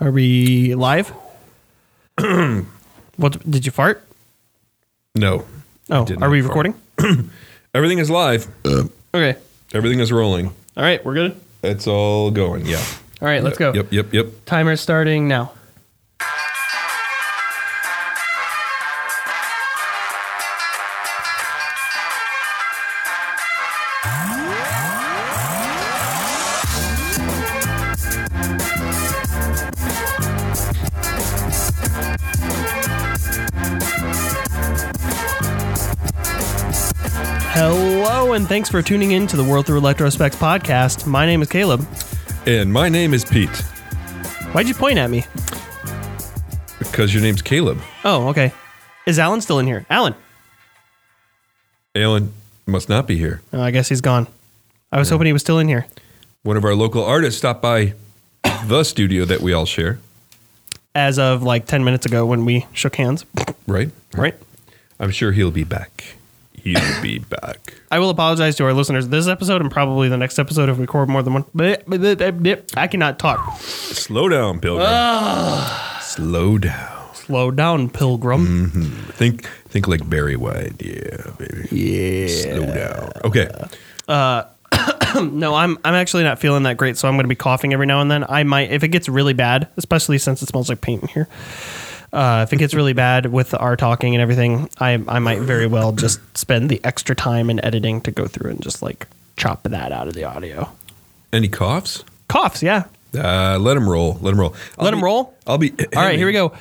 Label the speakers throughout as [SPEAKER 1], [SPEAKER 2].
[SPEAKER 1] Are we live? what did you fart?
[SPEAKER 2] No.
[SPEAKER 1] Oh,
[SPEAKER 2] did
[SPEAKER 1] are
[SPEAKER 2] not
[SPEAKER 1] we
[SPEAKER 2] fart.
[SPEAKER 1] recording?
[SPEAKER 2] Everything is live.
[SPEAKER 1] Okay.
[SPEAKER 2] Everything is rolling.
[SPEAKER 1] All right, we're good.
[SPEAKER 2] It's all going. Yeah.
[SPEAKER 1] All right, let's go.
[SPEAKER 2] Yep, yep, yep.
[SPEAKER 1] Timer starting now. Hello, and thanks for tuning in to the World Through Electrospecs podcast. My name is Caleb.
[SPEAKER 2] And my name is Pete
[SPEAKER 1] Why'd you point at me?
[SPEAKER 2] because your name's Caleb.
[SPEAKER 1] Oh, okay. Is Alan still in here? Alan.
[SPEAKER 2] Alan must not be here.
[SPEAKER 1] Oh, I guess he's gone. I was hoping he was still in here.
[SPEAKER 2] One of our local artists stopped by the studio that we all share,
[SPEAKER 1] As of like 10 minutes ago when we shook hands,
[SPEAKER 2] right?
[SPEAKER 1] right?
[SPEAKER 2] I'm sure he'll be back. He'll be back.
[SPEAKER 1] I will apologize to our listeners this episode and probably the next episode if we record more than one. Blip, blip, blip, blip, blip. I cannot talk.
[SPEAKER 2] Slow down, Pilgrim.
[SPEAKER 1] Ah.
[SPEAKER 2] Slow down.
[SPEAKER 1] Slow down, pilgrim.
[SPEAKER 2] Think think like Barry White. Yeah, baby. Yeah. Slow down. Okay.
[SPEAKER 1] No, I'm I'm actually not feeling that great, so I'm going to be coughing every now and then. I might if it gets really bad, especially since it smells like paint in here. Uh, if it gets really bad with our talking and everything, I I might very well just spend the extra time in editing to go through and just like chop that out of the audio.
[SPEAKER 2] Any coughs?
[SPEAKER 1] Coughs, yeah.
[SPEAKER 2] Uh, let him roll. Let him roll. I'll
[SPEAKER 1] Let 'em
[SPEAKER 2] be-
[SPEAKER 1] roll?
[SPEAKER 2] I'll be.
[SPEAKER 1] All right, here we go.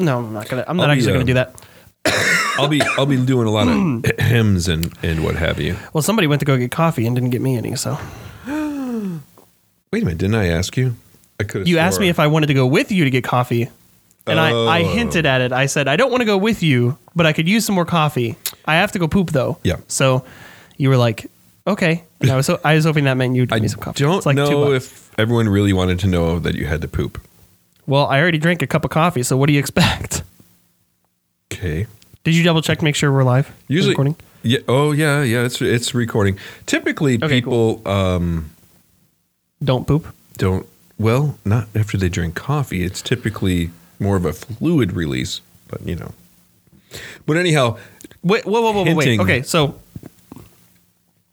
[SPEAKER 1] No, I'm not gonna. I'm not
[SPEAKER 2] I'll be,
[SPEAKER 1] actually gonna
[SPEAKER 2] uh,
[SPEAKER 1] do that.
[SPEAKER 2] I'll be. I'll be doing a lot of hems and and what have you.
[SPEAKER 1] Well, somebody went to go get coffee and didn't get me any, so
[SPEAKER 2] Wait a minute. Didn't I ask you? I could.
[SPEAKER 1] you asked me if I wanted to go with you to get coffee, and I, I
[SPEAKER 2] Oh.
[SPEAKER 1] hinted at it. I said I don't want to go with you, but I could use some more coffee. I have to go poop though.
[SPEAKER 2] Yeah.
[SPEAKER 1] So you were like, okay. And I was so I was hoping that meant you'd give
[SPEAKER 2] I
[SPEAKER 1] me some coffee.
[SPEAKER 2] don't
[SPEAKER 1] It's like two
[SPEAKER 2] know
[SPEAKER 1] bucks.
[SPEAKER 2] if everyone really wanted to know that you had to poop.
[SPEAKER 1] Well, I already drank a cup of coffee, so what do you expect?
[SPEAKER 2] Okay.
[SPEAKER 1] Did you double check to make sure we're live?
[SPEAKER 2] Usually.
[SPEAKER 1] recording.
[SPEAKER 2] Yeah. Oh yeah. Yeah. It's it's recording. Typically,
[SPEAKER 1] Okay,
[SPEAKER 2] people um,
[SPEAKER 1] Don't poop.
[SPEAKER 2] don't. Well, not after they drink coffee. It's typically more of a fluid release. But you know. But anyhow,
[SPEAKER 1] Wait, whoa, whoa, whoa, whoa, wait.
[SPEAKER 2] Hinting.
[SPEAKER 1] Okay, so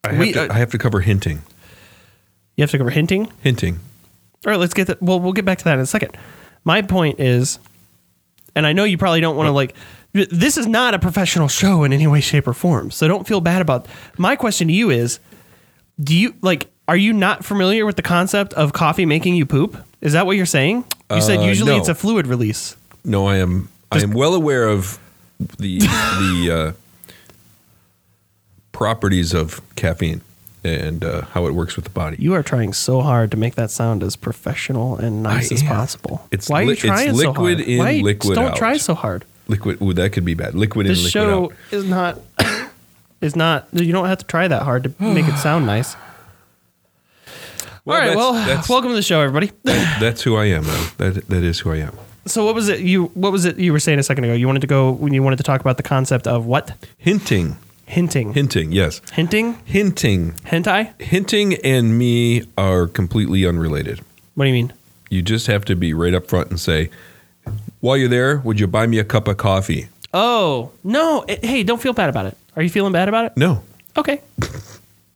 [SPEAKER 2] I have,
[SPEAKER 1] We-
[SPEAKER 2] to,
[SPEAKER 1] uh,
[SPEAKER 2] I have to cover hinting.
[SPEAKER 1] you have to go over hinting.
[SPEAKER 2] Hinting.
[SPEAKER 1] All right, let's get that. Well, we'll get back to that in a second. My point is, and I know you probably don't want to like. This is not a professional show in any way, shape, or form. So don't feel bad about. My question to you is, do you like? Are you not familiar with the concept of coffee making you poop? Is that what you're saying? You said
[SPEAKER 2] Uh,
[SPEAKER 1] usually
[SPEAKER 2] no.
[SPEAKER 1] it's a fluid release.
[SPEAKER 2] No, I am. I am well aware of the the uh, properties of caffeine and uh, how it works with the body.
[SPEAKER 1] You are trying so hard to make that sound as professional and nice
[SPEAKER 2] I
[SPEAKER 1] as
[SPEAKER 2] am.
[SPEAKER 1] possible.
[SPEAKER 2] It's
[SPEAKER 1] why are
[SPEAKER 2] li-
[SPEAKER 1] you
[SPEAKER 2] it's
[SPEAKER 1] trying so hard?
[SPEAKER 2] liquid in,
[SPEAKER 1] why you-
[SPEAKER 2] liquid
[SPEAKER 1] don't
[SPEAKER 2] out.
[SPEAKER 1] try so hard.
[SPEAKER 2] liquid. Ooh, that could be bad. Liquid in,
[SPEAKER 1] This
[SPEAKER 2] liquid
[SPEAKER 1] show
[SPEAKER 2] out.
[SPEAKER 1] is not is not you don't have to try that hard to make it sound nice.
[SPEAKER 2] Well,
[SPEAKER 1] All right,
[SPEAKER 2] that's-
[SPEAKER 1] well,
[SPEAKER 2] that's,
[SPEAKER 1] welcome to the show everybody.
[SPEAKER 2] that- that's who I am. Though. That that is who I am.
[SPEAKER 1] So what was it you what was it you were saying a second ago? You wanted to go when you wanted to talk about the concept of what?
[SPEAKER 2] Hinting,
[SPEAKER 1] Hinting.
[SPEAKER 2] hinting. Yes,
[SPEAKER 1] Hinting?
[SPEAKER 2] hinting,
[SPEAKER 1] Hentai?
[SPEAKER 2] hinting, and me are completely unrelated.
[SPEAKER 1] What do you mean?
[SPEAKER 2] You just have to be right up front and say, while you're there, would you buy me a cup of coffee?
[SPEAKER 1] Oh, no. it- hey, don't feel bad about it. Are you feeling bad about it?
[SPEAKER 2] No,
[SPEAKER 1] Okay.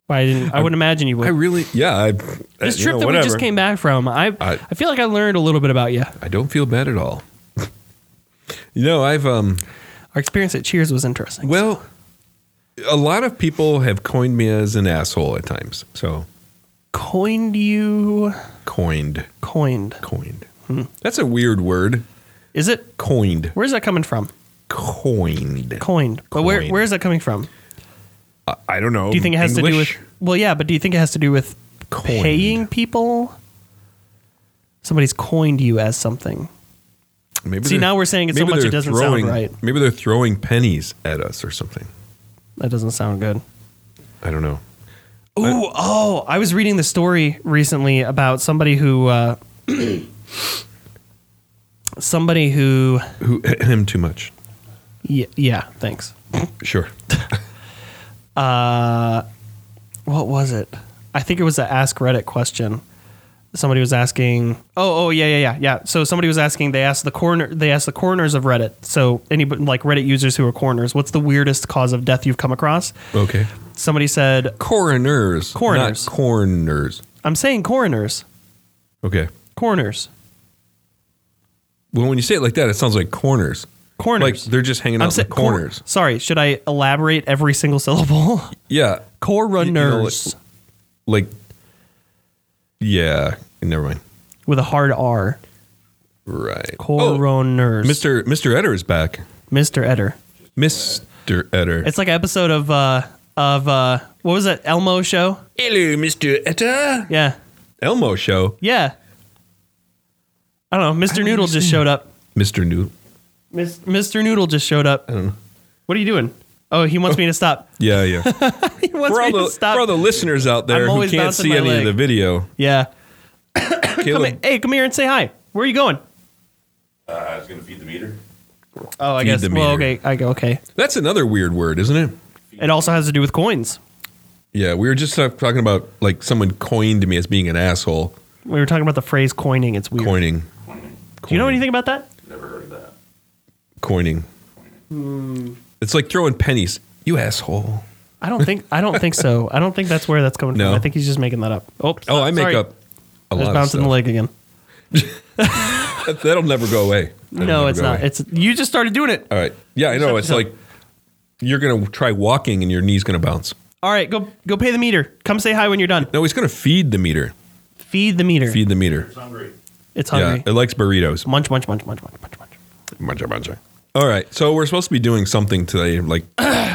[SPEAKER 1] Why I didn't I wouldn't imagine you would.
[SPEAKER 2] I really. Yeah, I,
[SPEAKER 1] this
[SPEAKER 2] you
[SPEAKER 1] trip
[SPEAKER 2] know,
[SPEAKER 1] that we
[SPEAKER 2] whatever.
[SPEAKER 1] just came back from, I, I
[SPEAKER 2] I-
[SPEAKER 1] feel like I learned a little bit about you.
[SPEAKER 2] I don't feel bad at all. you know, I've um
[SPEAKER 1] Our experience at Cheers was interesting.
[SPEAKER 2] well a lot of people have coined me as an asshole at times. So
[SPEAKER 1] coined you
[SPEAKER 2] coined.
[SPEAKER 1] coined.
[SPEAKER 2] Coined.
[SPEAKER 1] Hmm.
[SPEAKER 2] That's a weird word.
[SPEAKER 1] Is it?
[SPEAKER 2] Coined.
[SPEAKER 1] Where's that coming from?
[SPEAKER 2] Coined.
[SPEAKER 1] Coined. But where
[SPEAKER 2] Coined.
[SPEAKER 1] where is that coming from?
[SPEAKER 2] I, I don't know.
[SPEAKER 1] Do you think it has to do with? Well, yeah, but do you think it has to do with
[SPEAKER 2] Coined.
[SPEAKER 1] paying people? Somebody's coined you as something.
[SPEAKER 2] maybe
[SPEAKER 1] See,
[SPEAKER 2] they're-
[SPEAKER 1] now we're saying it so
[SPEAKER 2] maybe
[SPEAKER 1] much it
[SPEAKER 2] they're
[SPEAKER 1] doesn't sound
[SPEAKER 2] throwing-
[SPEAKER 1] right.
[SPEAKER 2] Maybe they're throwing pennies at us or something.
[SPEAKER 1] That doesn't sound good.
[SPEAKER 2] I don't know.
[SPEAKER 1] Ooh, oh, I was reading the story recently about somebody who uh, somebody who
[SPEAKER 2] Who him too much.
[SPEAKER 1] yeah, yeah, thanks.
[SPEAKER 2] Sure.
[SPEAKER 1] what was it? I think it was an Ask Reddit question somebody was asking oh oh yeah yeah yeah yeah so somebody was asking they asked the coroner they asked the coroners of reddit so anybody like reddit users who are coroners what's the weirdest cause of death you've come across
[SPEAKER 2] Okay.
[SPEAKER 1] somebody said
[SPEAKER 2] Coroners.
[SPEAKER 1] Coroners.
[SPEAKER 2] Not corners.
[SPEAKER 1] i'm saying coroners
[SPEAKER 2] Okay.
[SPEAKER 1] coroners
[SPEAKER 2] Well, when you say it like that, it sounds like corners.
[SPEAKER 1] Corners.
[SPEAKER 2] Like they're just hanging out
[SPEAKER 1] i'm
[SPEAKER 2] in the
[SPEAKER 1] saying cor-
[SPEAKER 2] corners.
[SPEAKER 1] sorry should i elaborate every single syllable
[SPEAKER 2] yeah.
[SPEAKER 1] coroners
[SPEAKER 2] Like, yeah. Never mind.
[SPEAKER 1] with a hard r
[SPEAKER 2] Right. Oh,
[SPEAKER 1] coroners
[SPEAKER 2] Mr. Mr. Eder is back.
[SPEAKER 1] mr eder
[SPEAKER 2] Mr. Eder.
[SPEAKER 1] it's like an episode of uh of uh what was that elmo show
[SPEAKER 2] Hello, Mr. Eder.
[SPEAKER 1] yeah
[SPEAKER 2] Elmo show.
[SPEAKER 1] Yeah. I don't know. Mr. Noodle just showed up.
[SPEAKER 2] Mr. New.
[SPEAKER 1] Mis- Mr. Noodle just showed up. What are you doing? Oh, he wants me to stop.
[SPEAKER 2] Yeah, yeah.
[SPEAKER 1] He wants
[SPEAKER 2] for, all
[SPEAKER 1] me to
[SPEAKER 2] the,
[SPEAKER 1] stop.
[SPEAKER 2] for all the listeners out there who
[SPEAKER 1] always
[SPEAKER 2] can't
[SPEAKER 1] bouncing
[SPEAKER 2] see
[SPEAKER 1] my
[SPEAKER 2] any
[SPEAKER 1] leg.
[SPEAKER 2] of the video,
[SPEAKER 1] yeah. Come here-
[SPEAKER 2] Caleb,
[SPEAKER 1] hey, come here and say hi. Where are you going?
[SPEAKER 3] Uh, I was going to feed the meter.
[SPEAKER 1] Oh, I
[SPEAKER 2] Feed
[SPEAKER 1] guess.
[SPEAKER 2] the
[SPEAKER 1] Well,
[SPEAKER 2] meter.
[SPEAKER 1] okay. I go. Okay.
[SPEAKER 2] that's another weird word, isn't it?
[SPEAKER 1] It also has to do with coins.
[SPEAKER 2] Yeah, we were just uh, talking about like someone coined me as being an asshole.
[SPEAKER 1] We were talking about the phrase coining. It's weird.
[SPEAKER 2] Coining.
[SPEAKER 1] Do you know anything about that?
[SPEAKER 3] Never heard of that.
[SPEAKER 2] Coining.
[SPEAKER 1] Hmm.
[SPEAKER 2] It's like throwing pennies. You asshole.
[SPEAKER 1] I don't think. I don't think so. I don't think that's where that's coming
[SPEAKER 2] No.
[SPEAKER 1] from. I think he's just making that up. Oh,
[SPEAKER 2] Oh, I make
[SPEAKER 1] sorry.
[SPEAKER 2] up a
[SPEAKER 1] I was
[SPEAKER 2] lot of
[SPEAKER 1] bouncing
[SPEAKER 2] stuff.
[SPEAKER 1] the leg again.
[SPEAKER 2] That, that'll never go away. That'll
[SPEAKER 1] No,
[SPEAKER 2] never
[SPEAKER 1] it's
[SPEAKER 2] go
[SPEAKER 1] not.
[SPEAKER 2] away.
[SPEAKER 1] It's you just started doing it.
[SPEAKER 2] All right. Yeah, I know. It's
[SPEAKER 1] Shut-
[SPEAKER 2] like you're going to try walking and your knee's going to bounce.
[SPEAKER 1] All right, go go pay the meter. Come say hi when you're done.
[SPEAKER 2] No, he's going to feed the meter.
[SPEAKER 1] Feed the meter.
[SPEAKER 2] Feed the meter.
[SPEAKER 3] It's hungry.
[SPEAKER 1] It's hungry.
[SPEAKER 2] Yeah, it likes burritos.
[SPEAKER 1] Munch, munch, munch, munch, munch, munch, munch.
[SPEAKER 2] Muncha, muncha. All right. So we're supposed to be doing something today, like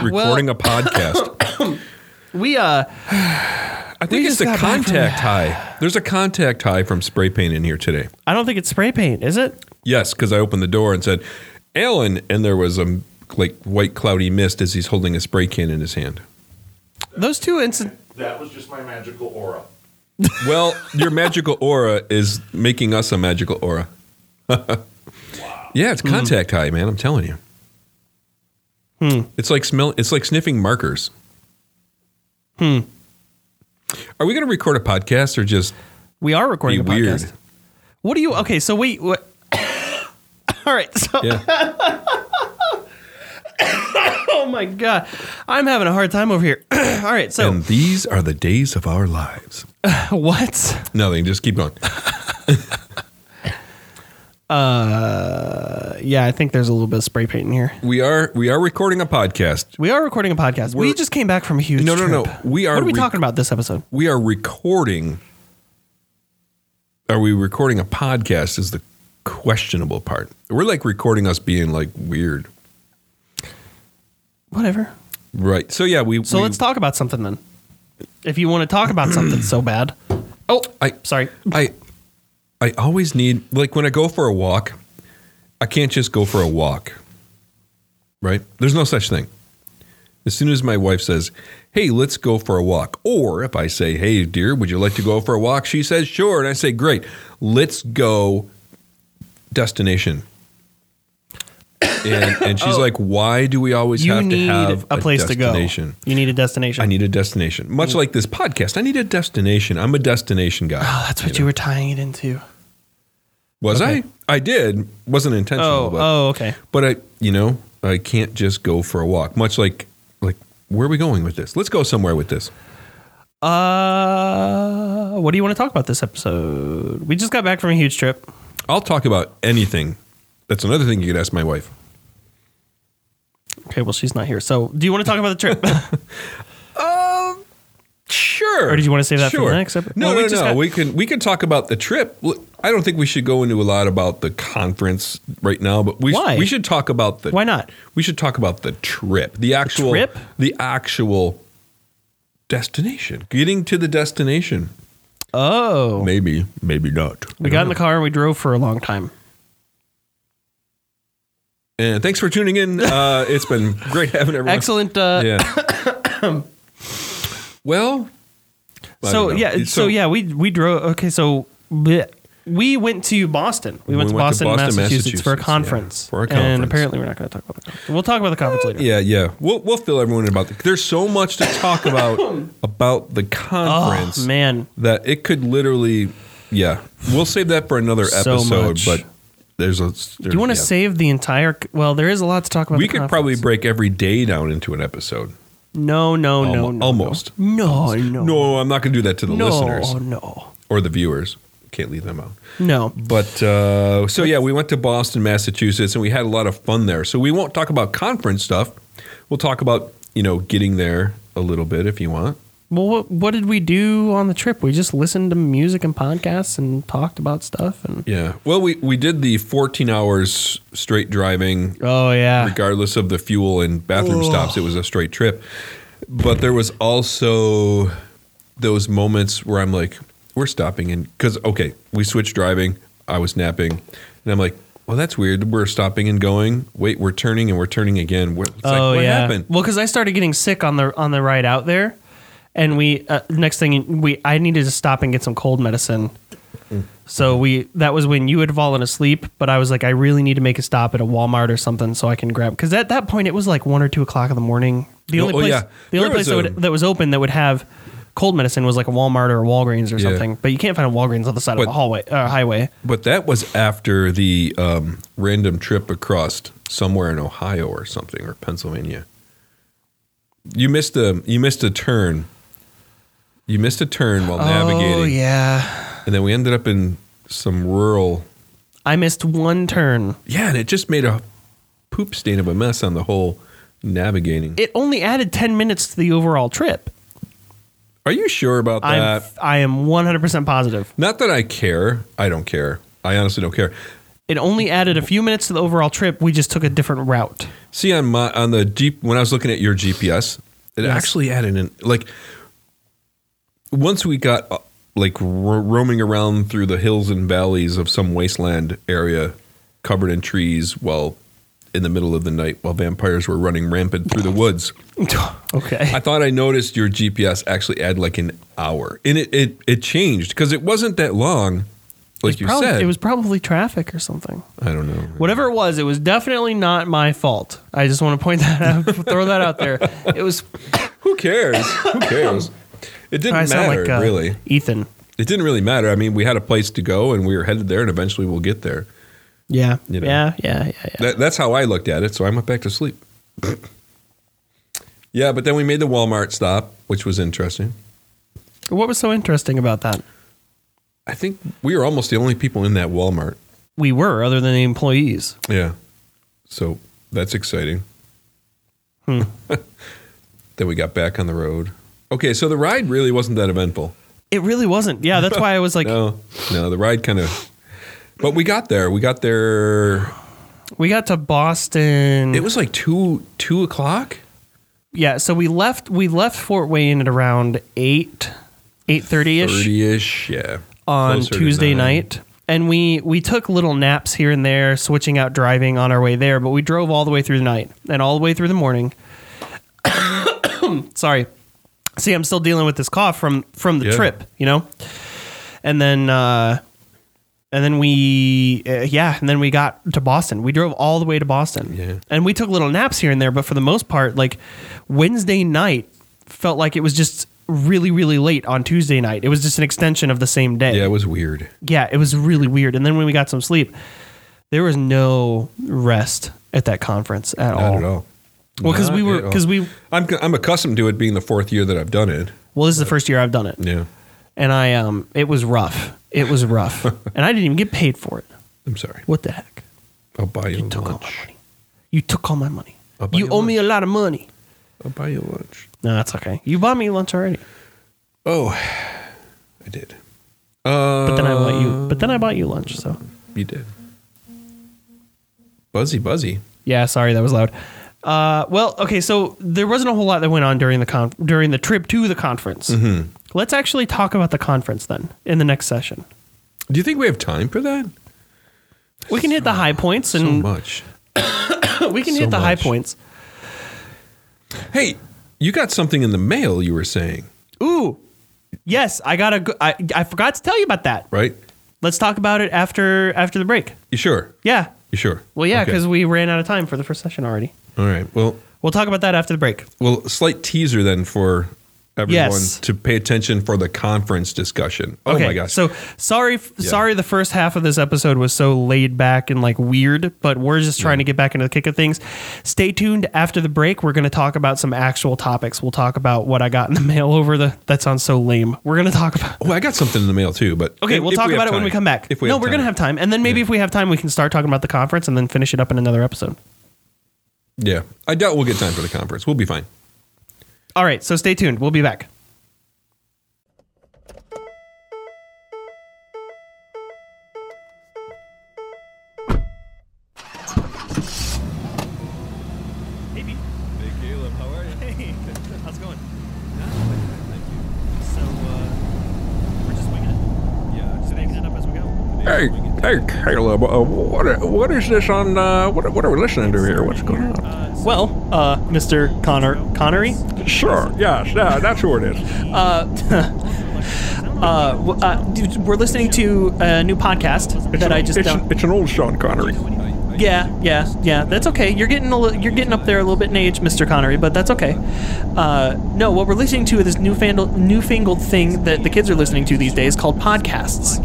[SPEAKER 2] recording a podcast.
[SPEAKER 1] We uh,
[SPEAKER 2] I think it's
[SPEAKER 1] just
[SPEAKER 2] the
[SPEAKER 1] got back from-
[SPEAKER 2] contact high. There's a contact high from spray paint in here today.
[SPEAKER 1] I don't think it's spray paint, is it?
[SPEAKER 2] Yes, because I opened the door and said, Alan. And there was a like white cloudy mist as he's holding a spray can in his hand.
[SPEAKER 1] Those two incidents.
[SPEAKER 3] That was just my magical aura.
[SPEAKER 2] Well, your magical aura is making us a magical aura. yeah, it's contact high, man. I'm telling you.
[SPEAKER 1] Hmm.
[SPEAKER 2] It's like smell. It's like sniffing markers. Hmm. Are we going to record a podcast or just
[SPEAKER 1] We are
[SPEAKER 2] be
[SPEAKER 1] recording a
[SPEAKER 2] weird?
[SPEAKER 1] podcast. What do you? Okay, so wait. What, all right. So,
[SPEAKER 2] Yeah.
[SPEAKER 1] oh my god, I'm having a hard time over here. all right. So
[SPEAKER 2] and these are the days of our lives.
[SPEAKER 1] what?
[SPEAKER 2] Nothing. Just keep going.
[SPEAKER 1] Uh, yeah, I think there's a little bit of spray paint in here.
[SPEAKER 2] We are we are recording a podcast.
[SPEAKER 1] We are recording a podcast. we
[SPEAKER 2] We're-
[SPEAKER 1] just came back from a huge.
[SPEAKER 2] No, no, no.
[SPEAKER 1] trip.
[SPEAKER 2] We are
[SPEAKER 1] What are we
[SPEAKER 2] rec-
[SPEAKER 1] talking about this episode?
[SPEAKER 2] We are recording. Are we recording a podcast? Is the questionable part. We're like recording us being like weird,
[SPEAKER 1] Whatever.
[SPEAKER 2] right? So yeah, we.
[SPEAKER 1] So
[SPEAKER 2] we-
[SPEAKER 1] let's talk about something then. If you want to talk about something so bad. Oh,
[SPEAKER 2] I
[SPEAKER 1] sorry.
[SPEAKER 2] I I always need like when I go for a walk, I can't just go for a walk. Right? There's no such thing. As soon as my wife says, "Hey, let's go for a walk," or if I say, "Hey, dear, would you like to go for a walk?" she says, "Sure," and I say, "Great, let's go." Destination. And, and she's like, "Why do we always
[SPEAKER 1] Oh. You
[SPEAKER 2] have to
[SPEAKER 1] need
[SPEAKER 2] have
[SPEAKER 1] a place to go.
[SPEAKER 2] destination?"
[SPEAKER 1] You need a destination.
[SPEAKER 2] I need a destination. Much like this podcast, I need a destination. I'm a destination guy.
[SPEAKER 1] Oh, that's what you were tying it into.
[SPEAKER 2] Was I? I did. Wasn't intentional.
[SPEAKER 1] Oh,
[SPEAKER 2] but,
[SPEAKER 1] oh, okay.
[SPEAKER 2] but I, you know, I can't just go for a walk. Much like, like, where are we going with this? Let's go somewhere with this.
[SPEAKER 1] Uh, what do you want to talk about this episode? We just got back from a huge trip.
[SPEAKER 2] I'll talk about anything. That's another thing you could ask my wife.
[SPEAKER 1] Okay, well, she's not here. So, do you want to talk about the trip?
[SPEAKER 2] Sure.
[SPEAKER 1] Or did you want to save that for the next episode?
[SPEAKER 2] No,
[SPEAKER 1] Well, we
[SPEAKER 2] no,
[SPEAKER 1] just
[SPEAKER 2] no.
[SPEAKER 1] got-
[SPEAKER 2] we can we can talk about the trip. Look, I don't think we should go into a lot about the conference right now, but we
[SPEAKER 1] Why?
[SPEAKER 2] we should talk about the
[SPEAKER 1] Why not?
[SPEAKER 2] We should talk about the trip, the actual
[SPEAKER 1] trip?
[SPEAKER 2] the actual destination. Getting to the destination.
[SPEAKER 1] oh,
[SPEAKER 2] Maybe, maybe not.
[SPEAKER 1] we got in the car and we drove for a long time.
[SPEAKER 2] And thanks for tuning in. Uh, it's been great having everyone.
[SPEAKER 1] Excellent. Uh,
[SPEAKER 2] Yeah. well, I
[SPEAKER 1] So
[SPEAKER 2] don't know.
[SPEAKER 1] yeah, so, yeah, we we drove. Okay, so bleh. we went to Boston. We, went, to Boston, Massachusetts, for a
[SPEAKER 2] yeah,
[SPEAKER 1] conference.
[SPEAKER 2] for a
[SPEAKER 1] And
[SPEAKER 2] conference.
[SPEAKER 1] apparently, we're not going to talk about the conference. We'll talk about the conference later.
[SPEAKER 2] Yeah, yeah. We'll we'll fill everyone in about the. There's so much to talk about about the
[SPEAKER 1] Oh
[SPEAKER 2] conference
[SPEAKER 1] man,
[SPEAKER 2] that it could literally yeah, we'll save that for another
[SPEAKER 1] So
[SPEAKER 2] episode.
[SPEAKER 1] much.
[SPEAKER 2] but there's a.
[SPEAKER 1] Do you want to
[SPEAKER 2] yeah.
[SPEAKER 1] save the entire? Well, there is a lot to talk about.
[SPEAKER 2] We
[SPEAKER 1] the
[SPEAKER 2] could
[SPEAKER 1] conference.
[SPEAKER 2] probably break every day down into an episode.
[SPEAKER 1] No, no, no, no,
[SPEAKER 2] Almo-
[SPEAKER 1] no.
[SPEAKER 2] almost.
[SPEAKER 1] No, no,
[SPEAKER 2] No, I'm not going to do that to the
[SPEAKER 1] no,
[SPEAKER 2] listeners
[SPEAKER 1] no,
[SPEAKER 2] or the viewers. Can't leave them out.
[SPEAKER 1] no.
[SPEAKER 2] But uh, so yeah, we went to Boston, Massachusetts, and we had a lot of fun there. So we won't talk about conference stuff. We'll talk about you know getting there a little bit if you want.
[SPEAKER 1] Well, what what did we do on the trip? We just listened to music and podcasts and talked about stuff and.
[SPEAKER 2] Yeah. Well, we we did the 14 hours straight driving
[SPEAKER 1] Oh yeah.
[SPEAKER 2] regardless of the fuel and bathroom stops. It was a straight trip. But there was also those moments where I'm like, we're stopping in because okay, we switched driving. I was napping, and I'm like, well, that's weird. We're stopping and going. Wait, we're turning and we're turning again. What- It's
[SPEAKER 1] oh
[SPEAKER 2] like, what
[SPEAKER 1] yeah.
[SPEAKER 2] happened?
[SPEAKER 1] Well, because I started getting sick on the on the ride out there, and we uh, next thing we I needed to stop and get some cold medicine. So we that was when you had fallen asleep, but I was like, I really need to make a stop at a Walmart or something so I can grab because at that point it was like one or two o'clock in the morning. The
[SPEAKER 2] Oh,
[SPEAKER 1] only
[SPEAKER 2] oh,
[SPEAKER 1] place
[SPEAKER 2] yeah.
[SPEAKER 1] the only
[SPEAKER 2] There
[SPEAKER 1] place
[SPEAKER 2] was
[SPEAKER 1] that,
[SPEAKER 2] a-
[SPEAKER 1] would, that was open that would have cold medicine was like a Walmart or a Walgreens or
[SPEAKER 2] Yeah.
[SPEAKER 1] something, but you can't find a Walgreens on the side of
[SPEAKER 2] But-
[SPEAKER 1] a hallway uh, highway.
[SPEAKER 2] But that was after the um, random trip across somewhere in Ohio or something or Pennsylvania. You missed a you missed a turn. You missed a turn while navigating.
[SPEAKER 1] Oh yeah,
[SPEAKER 2] And then we ended up in some rural.
[SPEAKER 1] I missed one turn.
[SPEAKER 2] Yeah, and it just made a poop stain of a mess on the whole navigating.
[SPEAKER 1] It only added ten minutes to the overall trip.
[SPEAKER 2] Are you sure about
[SPEAKER 1] I'm
[SPEAKER 2] that?
[SPEAKER 1] I am 100% positive.
[SPEAKER 2] Not that I care. I don't care. I honestly don't care.
[SPEAKER 1] It only added a few minutes to the overall trip. We just took a different route.
[SPEAKER 2] See on my on the Jeep when I was looking at your GPS, it
[SPEAKER 1] Yes.
[SPEAKER 2] actually added in like once we got uh, like ro- roaming around through the hills and valleys of some wasteland area covered in trees while in the middle of the night while vampires were running rampant through the woods.
[SPEAKER 1] okay.
[SPEAKER 2] I thought I noticed your GPS actually add like an hour, and it it, it changed because it wasn't that long, like you
[SPEAKER 1] Probably-
[SPEAKER 2] said.
[SPEAKER 1] It was probably traffic or something.
[SPEAKER 2] I don't know.
[SPEAKER 1] Whatever it was, it was definitely not my fault. I just want to point that out, throw that out there. It was.
[SPEAKER 2] Who cares? Who cares? It didn't
[SPEAKER 1] I sound
[SPEAKER 2] matter
[SPEAKER 1] like uh,
[SPEAKER 2] really.
[SPEAKER 1] Ethan.
[SPEAKER 2] It didn't really matter. I mean, we had a place to go, and we were headed there, and eventually we'll get there.
[SPEAKER 1] Yeah.
[SPEAKER 2] You know.
[SPEAKER 1] Yeah. Yeah. Yeah. yeah.
[SPEAKER 2] That, that's how I looked at it. So I went back to sleep. yeah, but then we made the Walmart stop, which was interesting.
[SPEAKER 1] What was so interesting about that?
[SPEAKER 2] I think we were almost the only people in that Walmart.
[SPEAKER 1] We were, other than the employees.
[SPEAKER 2] Yeah. So that's exciting.
[SPEAKER 1] Hmm.
[SPEAKER 2] then we got back on the road. Okay, so the ride really wasn't that eventful.
[SPEAKER 1] It really wasn't. Yeah. That's why I was like,
[SPEAKER 2] No, no, the ride kind of. But we got there. We got there.
[SPEAKER 1] Hmm. we got to Boston.
[SPEAKER 2] It was like two two o'clock.
[SPEAKER 1] yeah so we left we left fort wayne at around 8 8.30ish
[SPEAKER 2] Thirty ish. Yeah.
[SPEAKER 1] on
[SPEAKER 2] Closer to
[SPEAKER 1] tuesday
[SPEAKER 2] nine.
[SPEAKER 1] night and we we took little naps here and there switching out driving on our way there but we drove all the way through the night and all the way through the morning sorry see i'm still dealing with this cough from from the
[SPEAKER 2] Yeah.
[SPEAKER 1] trip you know and then uh and then we uh, yeah and then we got to boston we drove all the way to boston
[SPEAKER 2] Yeah.
[SPEAKER 1] and we took little naps here and there but for the most part like wednesday night felt like it was just really really late on tuesday night it was just an extension of the same day
[SPEAKER 2] Yeah, it was weird.
[SPEAKER 1] yeah it was really weird and then when we got some sleep there was no rest at that conference at
[SPEAKER 2] Not
[SPEAKER 1] all
[SPEAKER 2] at all.
[SPEAKER 1] well because
[SPEAKER 2] Not
[SPEAKER 1] we were
[SPEAKER 2] at all.
[SPEAKER 1] because we
[SPEAKER 2] I'm I'm accustomed to it being the fourth year that I've done it.
[SPEAKER 1] well this is the first year i've done it
[SPEAKER 2] Yeah.
[SPEAKER 1] and I um it was rough. It was rough, and I didn't even get paid for it.
[SPEAKER 2] I'm sorry.
[SPEAKER 1] What the heck?
[SPEAKER 2] I'll buy you,
[SPEAKER 1] Took all my
[SPEAKER 2] lunch.
[SPEAKER 1] money. You took all my money.
[SPEAKER 2] I'll buy
[SPEAKER 1] You
[SPEAKER 2] you
[SPEAKER 1] owe me a lot of money.
[SPEAKER 2] I'll buy you lunch.
[SPEAKER 1] No, that's okay. You bought me lunch already,
[SPEAKER 2] Oh, I did. Uh,
[SPEAKER 1] but then I bought you. But then I bought you lunch. So
[SPEAKER 2] You did. Buzzy, buzzy.
[SPEAKER 1] yeah, sorry that was loud. Uh, well, okay, so there wasn't a whole lot that went on during the con- during the trip to the conference. Let's actually talk about the conference then in the next session.
[SPEAKER 2] Do you think we have time for that?
[SPEAKER 1] We can hit the high points
[SPEAKER 2] So
[SPEAKER 1] and
[SPEAKER 2] much.
[SPEAKER 1] we can
[SPEAKER 2] so
[SPEAKER 1] hit the high
[SPEAKER 2] much.
[SPEAKER 1] points.
[SPEAKER 2] Hey, you got something in the mail. You were saying,
[SPEAKER 1] Ooh, yes, I got a. go- I I forgot to tell you about that.
[SPEAKER 2] right?
[SPEAKER 1] Let's talk about it after after the break.
[SPEAKER 2] You sure?
[SPEAKER 1] Yeah.
[SPEAKER 2] You sure?
[SPEAKER 1] Well, yeah,
[SPEAKER 2] Okay.
[SPEAKER 1] because we ran out of time for the first session already.
[SPEAKER 2] all right. Well,
[SPEAKER 1] We'll talk about that after the break.
[SPEAKER 2] well, slight teaser then for everyone
[SPEAKER 4] Yes.
[SPEAKER 2] to pay attention for the conference discussion. Oh
[SPEAKER 4] okay,
[SPEAKER 2] my gosh.
[SPEAKER 4] So sorry, f sorry. The first half of this episode was so laid back and like weird, but we're just trying to get back into the kick of things. Stay tuned after the break. We're going to talk about some actual topics. We'll talk about what I got in the mail over the. That sounds so lame. We're going to talk about.
[SPEAKER 2] oh, I got something in the mail too, but
[SPEAKER 4] Okay,
[SPEAKER 2] if-
[SPEAKER 4] we'll
[SPEAKER 2] if
[SPEAKER 4] talk
[SPEAKER 2] have
[SPEAKER 4] about it when
[SPEAKER 2] time.
[SPEAKER 4] we come back.
[SPEAKER 2] If we
[SPEAKER 4] no,
[SPEAKER 2] have
[SPEAKER 4] we're
[SPEAKER 2] time.
[SPEAKER 4] gonna have time, and then maybe if we have time, we can start talking about the conference and then finish it up in another episode.
[SPEAKER 2] Yeah, I doubt we'll get time for the conference. We'll be fine.
[SPEAKER 4] All right, so stay tuned. We'll be back.
[SPEAKER 2] Hey Caleb, how are you?
[SPEAKER 4] Hey, how's it going? So uh, we're just winging it.
[SPEAKER 2] Yeah.
[SPEAKER 4] making it up as we go.
[SPEAKER 5] Hey, hey, Caleb. Uh, what are- what is this on? Uh, what what are we listening to here? What's going on?
[SPEAKER 4] Well, uh, Mr. Connor Connery,
[SPEAKER 5] Sure. Yes. Yeah. That's who it is.
[SPEAKER 1] Uh, w- uh, dude, we're listening to a new podcast
[SPEAKER 5] It's
[SPEAKER 1] that
[SPEAKER 5] an,
[SPEAKER 1] I just
[SPEAKER 5] it's,
[SPEAKER 1] don't.
[SPEAKER 5] it's an old Sean Connery.
[SPEAKER 1] Yeah, yeah, yeah. That's okay. You're getting a li- you're getting up there a little bit in age, Mr. Connery, but that's okay. Uh, no, what we're listening to is this newfangled newfangled thing that the kids are listening to these days called podcasts.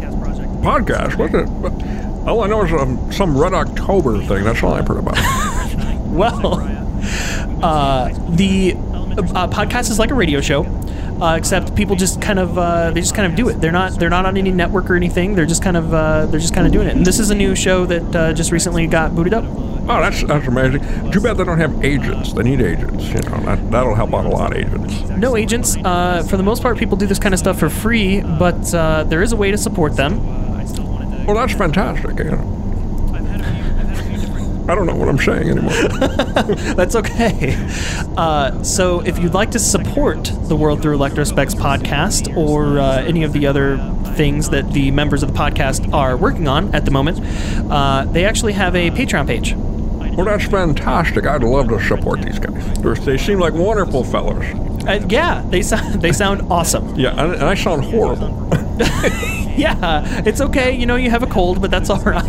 [SPEAKER 5] Podcast. What's it? What, all I know is um, some Red October thing. That's all I've heard about.
[SPEAKER 1] Well, uh, the uh, podcast is like a radio show, uh, except people just kind of uh, they just kind of do it. They're not they're not on any network or anything. They're just kind of uh, they're just kind of doing it. And this is a new show that uh, just recently got booted up.
[SPEAKER 5] Oh, that's that's amazing. Too bad they don't have agents. They need agents. You know, that that'll help out a lot. Agents.
[SPEAKER 1] No agents. Uh, for the most part, people do this kind of stuff for free, but uh, there is a way to support them.
[SPEAKER 5] Well, that's fantastic. You know. I don't know what I'm saying anymore.
[SPEAKER 1] That's okay. Uh, so, if you'd like to support the World Through Electrospecs podcast or uh, any of the other things that the members of the podcast are working on at the moment, uh, they actually have a Patreon page.
[SPEAKER 5] Well, that's fantastic. I'd love to support these guys. They're, they seem like wonderful fellows.
[SPEAKER 1] Uh, yeah, they sound they sound awesome.
[SPEAKER 5] Yeah, and, and I sound horrible.
[SPEAKER 1] Yeah, it's okay. You know, you have a cold, but that's all right.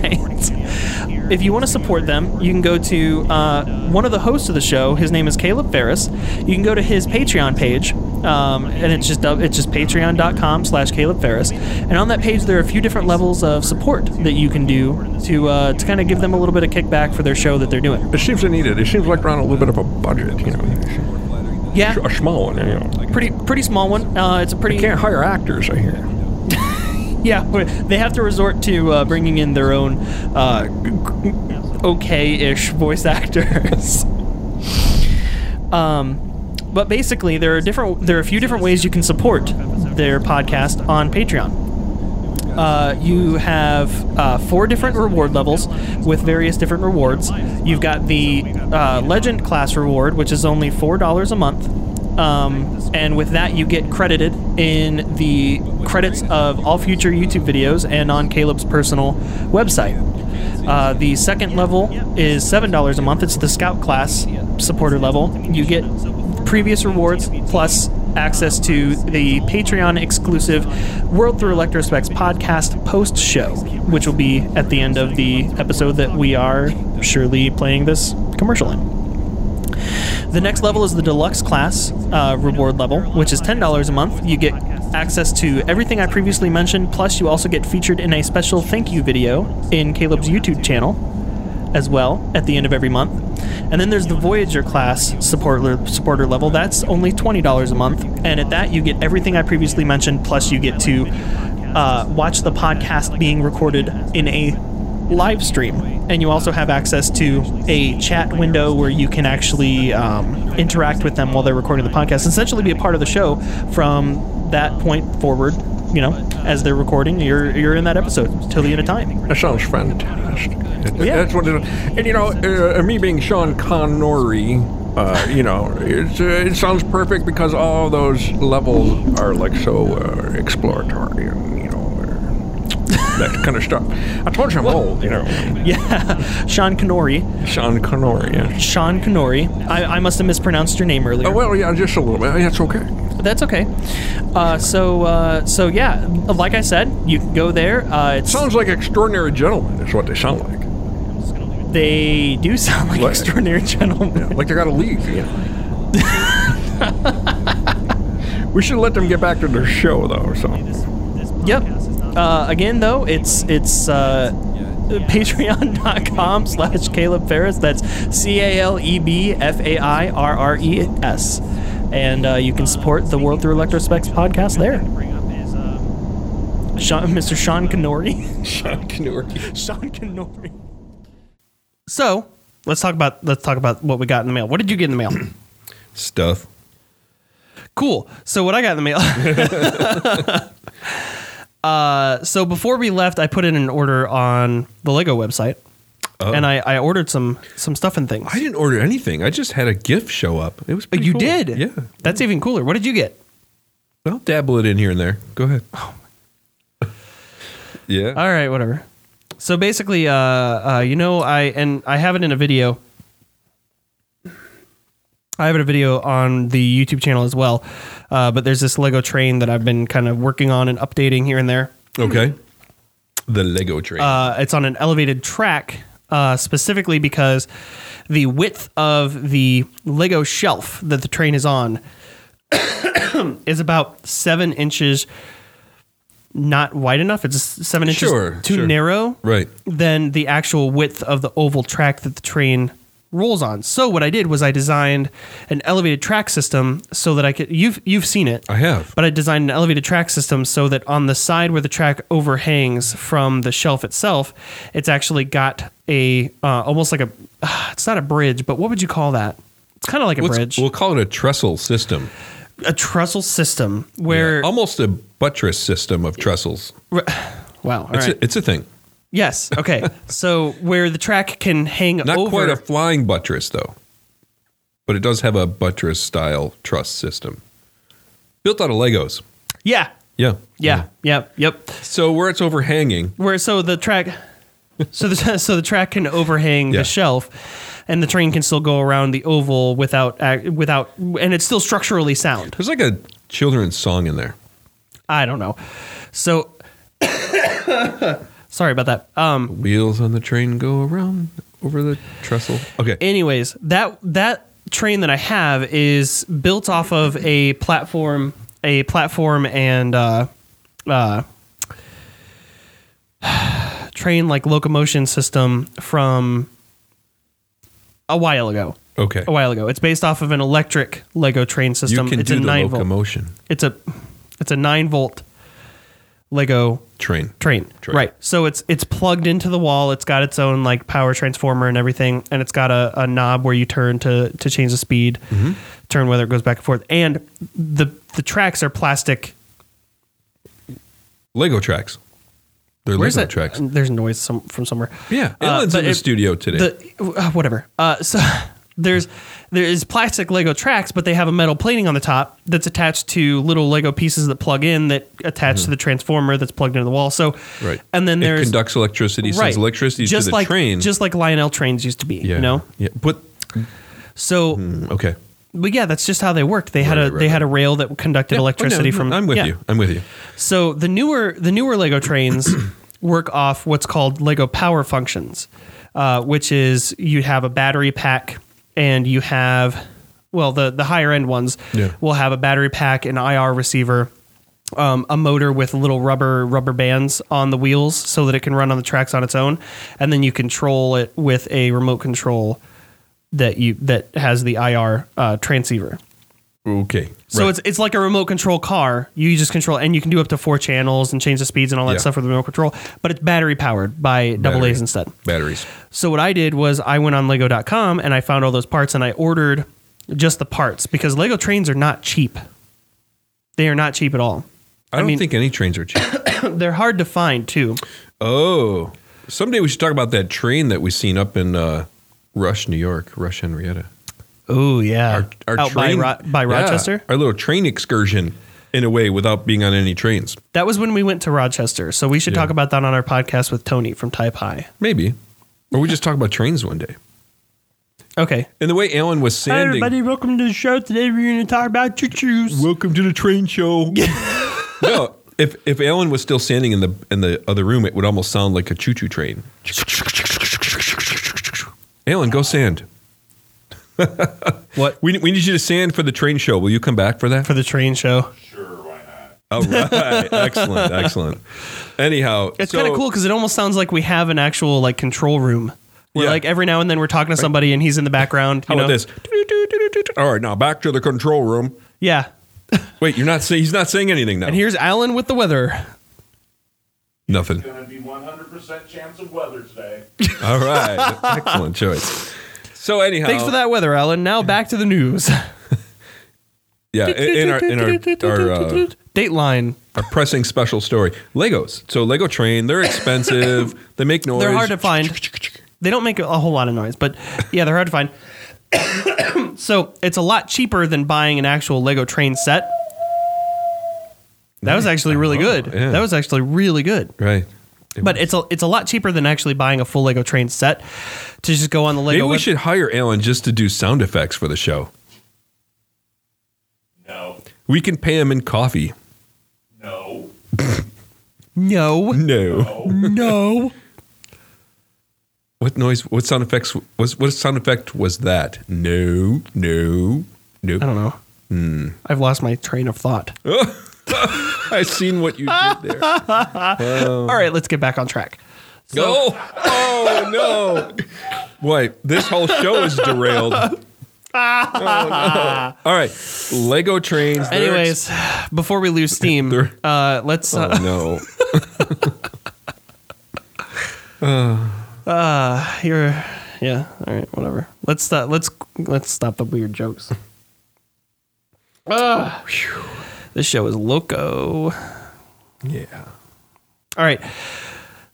[SPEAKER 1] If you want to support them, you can go to uh, one of the hosts of the show. His name is Caleb Ferris. You can go to his Patreon page, um, and it's just it's just patreon.com slash Caleb Ferris. And on that page, there are a few different levels of support that you can do to uh, to kind of give them a little bit of kickback for their show that they're doing.
[SPEAKER 5] It seems they need it. It seems like they're on a little bit of a budget, you know.
[SPEAKER 1] Yeah,
[SPEAKER 5] A small one, you know.
[SPEAKER 1] pretty pretty small one. Uh, it's a pretty
[SPEAKER 5] Can't hire actors, I hear.
[SPEAKER 1] Yeah, but they have to resort to uh, bringing in their own uh, g- g- okay-ish voice actors. um, but basically, there are different. There are a few different ways you can support their podcast on Patreon. Uh, you have uh, four different reward levels with various different rewards. You've got the uh, Legend class reward, which is only four dollars a month, um, and with that you get credited in the credits of all future YouTube videos and on Caleb's personal website. Uh, the second level is seven dollars a month. It's the Scout class supporter level. You get previous rewards plus access to the Patreon exclusive World Through Electrospecs podcast post show, which will be at the end of the episode that we are surely playing this commercial in. The next level is the deluxe class uh, reward level, which is $10 a month. You get access to everything I previously mentioned, plus, you also get featured in a special thank you video in Caleb's YouTube channel as well at the end of every month. And then there's the Voyager class supporter, supporter level. That's only $20 a month. And at that, you get everything I previously mentioned, plus, you get to uh, watch the podcast being recorded in a live stream and you also have access to a chat window where you can actually um, interact with them while they're recording the podcast essentially be a part of the show from that point forward you know as they're recording you're you're in that episode till the end of time
[SPEAKER 5] That sounds fantastic. It-
[SPEAKER 1] Yeah.
[SPEAKER 5] That's what it is. And, you know, uh, me being Sean Connery, uh, you know, it's, uh, it sounds perfect because all those levels are, like, so uh, exploratory and, you know, uh, that kind of stuff. I told you I'm old, you know.
[SPEAKER 1] yeah sean canori
[SPEAKER 5] Sean Connery, yeah.
[SPEAKER 1] sean canori I, I must have mispronounced your name earlier
[SPEAKER 5] Oh, well, yeah, just a little bit. That's okay.
[SPEAKER 1] that's okay uh, so uh, so yeah like i said you can go there uh, it's
[SPEAKER 5] Sounds like extraordinary gentlemen is what they sound like.
[SPEAKER 1] they do sound like
[SPEAKER 5] Like-
[SPEAKER 1] extraordinary gentlemen
[SPEAKER 5] Like they gotta leave, you know. We should let them get back to their show, though. So
[SPEAKER 6] Yep. Uh, again, though, it's it's uh, patreon.com slash Caleb Ferris. That's C A L E B F A I R R E S. And uh, you can support the World Through Electrospecs podcast there. Sean, Mr. Sean Canori.
[SPEAKER 5] Sean Canary.
[SPEAKER 6] Sean Canori.
[SPEAKER 1] So let's talk about let's talk about what we got in the mail. What did you get in the mail?
[SPEAKER 2] Stuff.
[SPEAKER 1] cool. So what I got in the mail. uh, so before we left, I put in an order on the Lego website,
[SPEAKER 2] Oh.
[SPEAKER 1] and I, I ordered some some stuff and things.
[SPEAKER 2] I didn't order anything. I just had a gift show up. It was
[SPEAKER 1] But
[SPEAKER 2] pretty
[SPEAKER 1] Oh, you
[SPEAKER 2] cool.
[SPEAKER 1] did.
[SPEAKER 2] Oh, Yeah.
[SPEAKER 1] That's even cooler. What did you get?
[SPEAKER 2] I'll dabble it in here and there. Go ahead.
[SPEAKER 1] Oh,
[SPEAKER 2] yeah.
[SPEAKER 1] All right, whatever. So basically, uh, uh, you know, I and I have it in a video. I have it in a video on the YouTube channel as well, uh, but there's this Lego train that I've been kind of working on and updating here and there.
[SPEAKER 2] Okay. The Lego train.
[SPEAKER 1] Uh, it's on an elevated track, uh, specifically because the width of the Lego shelf that the train is on is about seven inches not wide enough. It's seven inches
[SPEAKER 2] Sure,
[SPEAKER 1] too
[SPEAKER 2] sure.
[SPEAKER 1] narrow
[SPEAKER 2] right.
[SPEAKER 1] than the actual width of the oval track that the train rolls on. So what I did was I designed an elevated track system so that I could you've you've seen it.
[SPEAKER 2] I have.
[SPEAKER 1] But I designed an elevated track system so that on the side where the track overhangs from the shelf itself, it's actually got a uh, almost like a it's not a bridge, but what would you call that? It's kind of like a
[SPEAKER 2] Let's-
[SPEAKER 1] bridge,
[SPEAKER 2] We'll call it a trestle system.
[SPEAKER 1] a trestle system where
[SPEAKER 2] Almost a buttress system of trestles.
[SPEAKER 1] wow, all
[SPEAKER 2] It's,
[SPEAKER 1] right.
[SPEAKER 2] a, it's a thing.
[SPEAKER 1] yes, okay. so where the track can hang
[SPEAKER 2] Not
[SPEAKER 1] over
[SPEAKER 2] quite a flying buttress, though. But it does have a buttress style truss system. Built out of Legos.
[SPEAKER 1] yeah,
[SPEAKER 2] Yeah. Mm-hmm.
[SPEAKER 1] yeah, yeah, yep.
[SPEAKER 2] So where it's overhanging,
[SPEAKER 1] where so the track so the so the track can overhang
[SPEAKER 2] Yeah.
[SPEAKER 1] the shelf and the train can still go around the oval without ac- without and it's still structurally sound
[SPEAKER 2] there's like a children's song in there.
[SPEAKER 1] i don't know so sorry about that um
[SPEAKER 2] Wheels on the train go around over the trestle. Okay.
[SPEAKER 1] anyways that that train that i have is built off of a platform a platform and uh uh train like locomotion system from a while ago
[SPEAKER 2] okay.
[SPEAKER 1] a while ago. It's based off of an electric Lego train
[SPEAKER 2] you
[SPEAKER 1] system.
[SPEAKER 2] can
[SPEAKER 1] it's
[SPEAKER 2] do
[SPEAKER 1] a
[SPEAKER 2] the
[SPEAKER 1] nine volt.
[SPEAKER 2] locomotion
[SPEAKER 1] It's a it's a nine volt Lego
[SPEAKER 2] train.
[SPEAKER 1] train.
[SPEAKER 2] Train.
[SPEAKER 1] Right. So it's it's plugged into the wall. It's got its own like power transformer and everything, and it's got a, a knob where you turn to to change the speed,
[SPEAKER 2] Mm-hmm.
[SPEAKER 1] turn whether it goes back and forth. And the the tracks are plastic.
[SPEAKER 2] Lego tracks. They're
[SPEAKER 1] Where's
[SPEAKER 2] Lego
[SPEAKER 1] that?
[SPEAKER 2] tracks.
[SPEAKER 1] There's noise some, from somewhere.
[SPEAKER 2] Yeah,
[SPEAKER 1] Uh,
[SPEAKER 2] Ellen's
[SPEAKER 1] but
[SPEAKER 2] in the
[SPEAKER 1] it-
[SPEAKER 2] studio today.
[SPEAKER 1] The, uh, whatever. Uh, so there's there is plastic Lego tracks, but they have a metal plating on the top that's attached to little Lego pieces that plug in that attach to the transformer that's plugged into the wall. So
[SPEAKER 2] right.
[SPEAKER 1] and then
[SPEAKER 2] it
[SPEAKER 1] there's
[SPEAKER 2] conducts electricity,
[SPEAKER 1] right
[SPEAKER 2] sends electricity
[SPEAKER 1] just
[SPEAKER 2] to the
[SPEAKER 1] like
[SPEAKER 2] train.
[SPEAKER 1] just like Lionel trains used to be.
[SPEAKER 2] yeah.
[SPEAKER 1] You know.
[SPEAKER 2] Yeah. But mm,
[SPEAKER 1] So,
[SPEAKER 2] okay.
[SPEAKER 1] but yeah, that's just how they worked. They had
[SPEAKER 2] Right,
[SPEAKER 1] a
[SPEAKER 2] right,
[SPEAKER 1] they had a
[SPEAKER 2] right.
[SPEAKER 1] rail that conducted
[SPEAKER 2] Yeah,
[SPEAKER 1] electricity
[SPEAKER 2] I know.
[SPEAKER 1] from.
[SPEAKER 2] I'm with
[SPEAKER 1] yeah.
[SPEAKER 2] you. I'm with you.
[SPEAKER 1] So the newer the newer Lego trains work off what's called Lego power functions, uh, which is you have a battery pack and you have well the the higher end ones
[SPEAKER 2] Yeah.
[SPEAKER 1] will have a battery pack, an IR receiver, um, a motor with little rubber rubber bands on the wheels so that it can run on the tracks on its own, and then you control it with a remote control that you that has the IR uh, transceiver.
[SPEAKER 2] Okay.
[SPEAKER 1] So it's it's like a remote control car. You just control, and you can do up to four channels and change the speeds and all that
[SPEAKER 2] Yeah.
[SPEAKER 1] stuff with the remote control. But it's battery powered by double
[SPEAKER 2] Battery.
[SPEAKER 1] A's instead.
[SPEAKER 2] batteries.
[SPEAKER 1] So what I did was I went on Lego.com and I found all those parts and I ordered just the parts because Lego trains are not cheap. They are not cheap at all.
[SPEAKER 2] I don't
[SPEAKER 1] mean-
[SPEAKER 2] think any trains are cheap.
[SPEAKER 1] They're hard to find too.
[SPEAKER 2] oh. Someday we should talk about that train that we seen up in uh, Rush, New York, Rush Henrietta.
[SPEAKER 1] Oh yeah,
[SPEAKER 2] Our, our
[SPEAKER 1] out
[SPEAKER 2] train
[SPEAKER 1] by, Ro- by
[SPEAKER 2] yeah,
[SPEAKER 1] Rochester.
[SPEAKER 2] Our little train excursion in a way without being on any trains.
[SPEAKER 1] That was when we went to Rochester. So we should
[SPEAKER 2] Yeah.
[SPEAKER 1] talk about that on our podcast with Tony from Type High.
[SPEAKER 2] Maybe. Or we just talk about trains one day.
[SPEAKER 1] Okay.
[SPEAKER 2] And the way Alan was sanding.
[SPEAKER 1] welcome to the show. Today we're going to talk about choo choos.
[SPEAKER 2] Welcome to the train show. no, if if Alan was still standing in the in the other room, it would almost sound like a choo choo train. Alan, go sand.
[SPEAKER 1] What
[SPEAKER 2] We, we need you to stand for the train show. Will you come back for that?
[SPEAKER 1] for the train show?
[SPEAKER 3] Sure, why not?
[SPEAKER 2] All right. excellent. Excellent. Anyhow,
[SPEAKER 1] It's kind of cool because it almost sounds like we have an actual like control room. Where
[SPEAKER 2] Yeah.
[SPEAKER 1] like every now and then we're talking to somebody and he's in the background. You
[SPEAKER 2] How about
[SPEAKER 1] know?
[SPEAKER 2] this? All right, now back to the control room.
[SPEAKER 1] Yeah.
[SPEAKER 2] Wait, you're not saying he's not saying anything now.
[SPEAKER 1] And here's Alan with the weather.
[SPEAKER 2] Nothing.
[SPEAKER 3] Gonna be 100% chance of weather today.
[SPEAKER 2] All right, excellent choice. So anyhow,
[SPEAKER 1] Thanks for that weather, Alan. Now back to the news.
[SPEAKER 2] Yeah, in in our in our our, uh,
[SPEAKER 1] Dateline.
[SPEAKER 2] our pressing special story, Legos. So Lego Train, they're expensive. they make noise.
[SPEAKER 1] They're hard to find. They don't make a whole lot of noise, but yeah, they're hard to find. so it's a lot cheaper than buying an actual Lego train set. That was actually really good.
[SPEAKER 2] Oh, yeah.
[SPEAKER 1] That was actually really good.
[SPEAKER 2] Right.
[SPEAKER 1] But it's a it's a lot cheaper than actually buying a full Lego train set to just go on the Lego.
[SPEAKER 2] Maybe we
[SPEAKER 1] web-
[SPEAKER 2] should hire Alan just to do sound effects for the show.
[SPEAKER 3] No,
[SPEAKER 2] We can pay him in coffee.
[SPEAKER 3] no.
[SPEAKER 1] no,
[SPEAKER 2] No. Hmm.
[SPEAKER 1] no.
[SPEAKER 2] What noise? What sound effects was? What sound effect was that? No. No. No.
[SPEAKER 1] I don't know. I've lost my train of thought.
[SPEAKER 2] Uh. I've seen what you did there.
[SPEAKER 1] All right, let's get back on track.
[SPEAKER 2] oh, oh no! Boy, this whole show is derailed. Oh, no. All right, Lego trains. they're ex-
[SPEAKER 1] Anyways, before we lose steam,
[SPEAKER 2] They're-
[SPEAKER 1] uh, let's uh,
[SPEAKER 2] oh no! Oh.
[SPEAKER 1] You're, yeah. All right, whatever. Let's stop. Let's let's stop the weird jokes. Ah, phew. this show is loco.
[SPEAKER 2] Yeah.
[SPEAKER 1] All right.